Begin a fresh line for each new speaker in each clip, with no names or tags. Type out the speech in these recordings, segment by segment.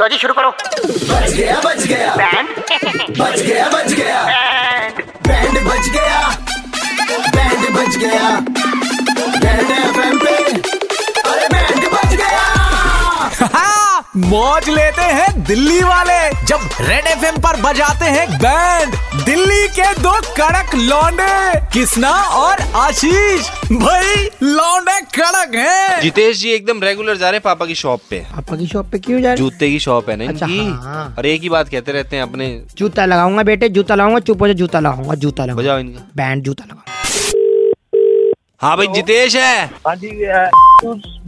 लो जी शुरू करो
बच गया बच गया
बैंड
बच गया बच गया बैंड बच गया बैंड बच गया बैंड एफएम पे अरे बैंड बच गया
हाँ, मौज लेते हैं दिल्ली वाले जब रेड एफ पर बजाते हैं बैंड दिल्ली के दो कड़क लौंडे किसना और आशीष भाई लौंडे कड़क हैं
जितेश जी एकदम रेगुलर जा रहे हैं पापा की शॉप पे
पापा की शॉप पे क्यों जा रहे हैं?
जूते की शॉप है ना
अच्छा,
इनकी
हाँ।
और एक ही बात कहते रहते हैं अपने
जूता लगाऊंगा बेटे जूता लगाऊंगा चुप हो जा जूता लगाऊंगा जूता लगाऊंगा
बजाओ इनका
बैंड जूता लगाऊंगा
हाँ
तो-
भाई जितेश है
हाँ जी अ,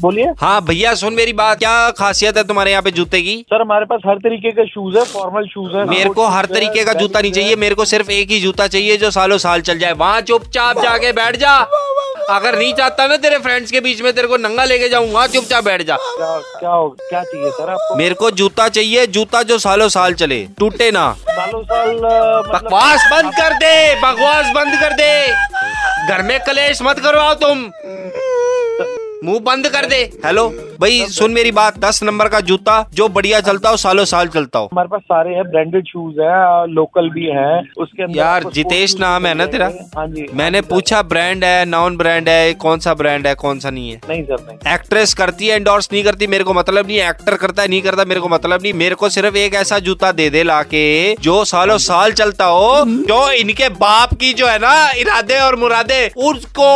बोलिए
हाँ भैया सुन मेरी बात क्या खासियत है तुम्हारे यहाँ पे जूते की
सर हाँ, हमारे पास हर तरीके के शूज है फॉर्मल शूज है
मेरे को हर तरीके का जूता नहीं चाहिए मेरे को सिर्फ एक ही जूता चाहिए जो सालों साल चल जाए वहाँ चुपचाप जाके बैठ जा अगर नहीं चाहता ना तेरे फ्रेंड्स के बीच में तेरे को नंगा लेके जाऊँ वहाँ चुपचाप बैठ जा
क्या क्या हो क्या चाहिए सर आपको
मेरे को जूता चाहिए जूता जो सालों साल चले टूटे ना
सालों साल अ, मतलब-
बकवास बंद कर दे बकवास बंद कर दे घर में कलेश मत करवाओ तुम मुंह बंद कर दे हेलो भाई सुन मेरी बात दस नंबर का जूता जो बढ़िया चलता हो सालों साल चलता हो
हमारे पास सारे हैं ब्रांडेड शूज हैं लोकल भी हैं उसके अंदर
यार
आपको
जितेश
sports
नाम है ना
shoes
तेरा
मिलेंगे। हाँ जी
मैंने पूछा ब्रांड है नॉन ब्रांड है कौन सा ब्रांड है कौन सा नहीं है
नहीं सर नहीं
एक्ट्रेस करती है एंडोर्स नहीं करती मेरे को मतलब नहीं एक्टर करता है नहीं करता मेरे को मतलब नहीं मेरे को सिर्फ एक ऐसा जूता दे दे लाके जो सालों साल चलता हो जो इनके बाप की जो है ना इरादे और मुरादे उसको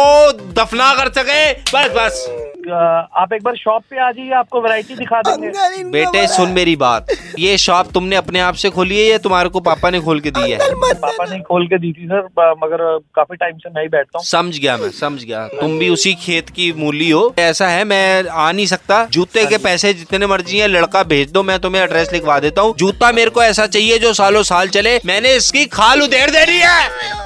दफना कर सके बस बस
अ, आप एक बार शॉप पे आ जाइए आपको वैरायटी दिखा देंगे
बेटे सुन मेरी बात ये शॉप तुमने अपने आप से खोली है या तुम्हारे को पापा ने खोल के दी है
पापा ने खोल के दी थी सर ब- मगर अ, काफी टाइम से नहीं बैठता हूँ
समझ गया मैं समझ गया तुम भी उसी खेत की मूली हो ऐसा है मैं आ नहीं सकता जूते के पैसे जितने मर्जी है लड़का भेज दो मैं तुम्हें एड्रेस लिखवा देता हूँ जूता मेरे को ऐसा चाहिए जो सालों साल चले मैंने इसकी खाल उधेड़ देनी है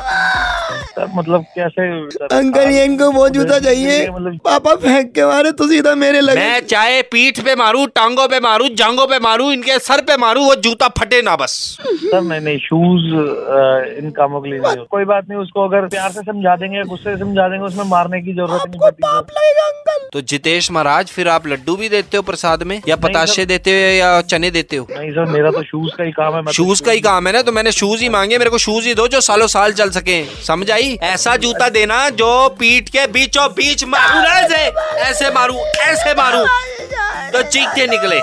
सर मतलब कैसे सर,
अंकल ये इनको बहुत जूता चाहिए
मतलब
पापा फेंक के मारे तो सीधा मेरे लगे
मैं चाहे पीठ पे मारू टांगों पे मारू जांघों पे मारू इनके सर पे मारू वो जूता फटे ना बस
सर नहीं नहीं शूज इन कामों के लिए नहीं होते। कोई बात नहीं उसको अगर प्यार से समझा देंगे गुस्से से समझा देंगे उसमें मारने की जरूरत नहीं पड़ती सर।
तो जितेश महाराज फिर आप लड्डू भी देते हो प्रसाद में या पताशे देते हो या चने देते हो
नहीं सर मेरा तो शूज का ही काम है मैं तो
शूज का ही काम है ना तो मैंने शूज ही मांगे मेरे को शूज ही दो जो सालों साल चल सके समझ आई ऐसा जूता देना जो पीठ के बीचों बीच मारू ना ऐसे ऐसे मारू ऐसे मारू तो चीख के निकले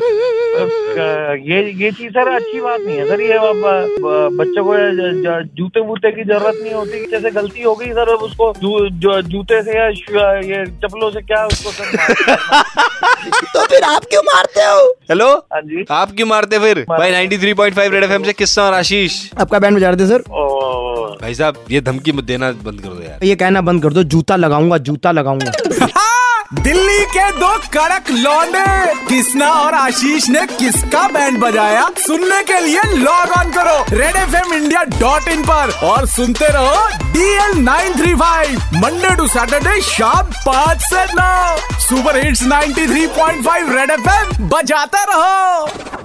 अ, ये ये चीज सर अच्छी बात नहीं है सर ये अब अ, बच्चों को ज- ज- जूते वूते की जरूरत नहीं होती जैसे गलती हो गई सर अब उसको जू, जो- जूते से या शू- ये चप्पलों से क्या उसको सर मार-
तो फिर आप क्यों मारते हो
हेलो
हाँ जी
आप क्यों मारते फिर भाई 93.5 रेड एफएम से किस्सा और आशीष
आपका बैंड बजा रहे थे सर
ओ
भाई साहब ये धमकी मत देना बंद कर दो यार
ये कहना बंद कर दो जूता लगाऊंगा जूता लगाऊंगा
हाँ, दिल्ली के दो कड़क लौंडे किसना और आशीष ने किसका बैंड बजाया सुनने के लिए लॉग ऑन करो redfmindia.in इंडिया डॉट इन पर और सुनते रहो DL935 nine three five Monday to Saturday शाम पाँच से नौ सुपर हिट्स 93.5 रेड एफ बजाते रहो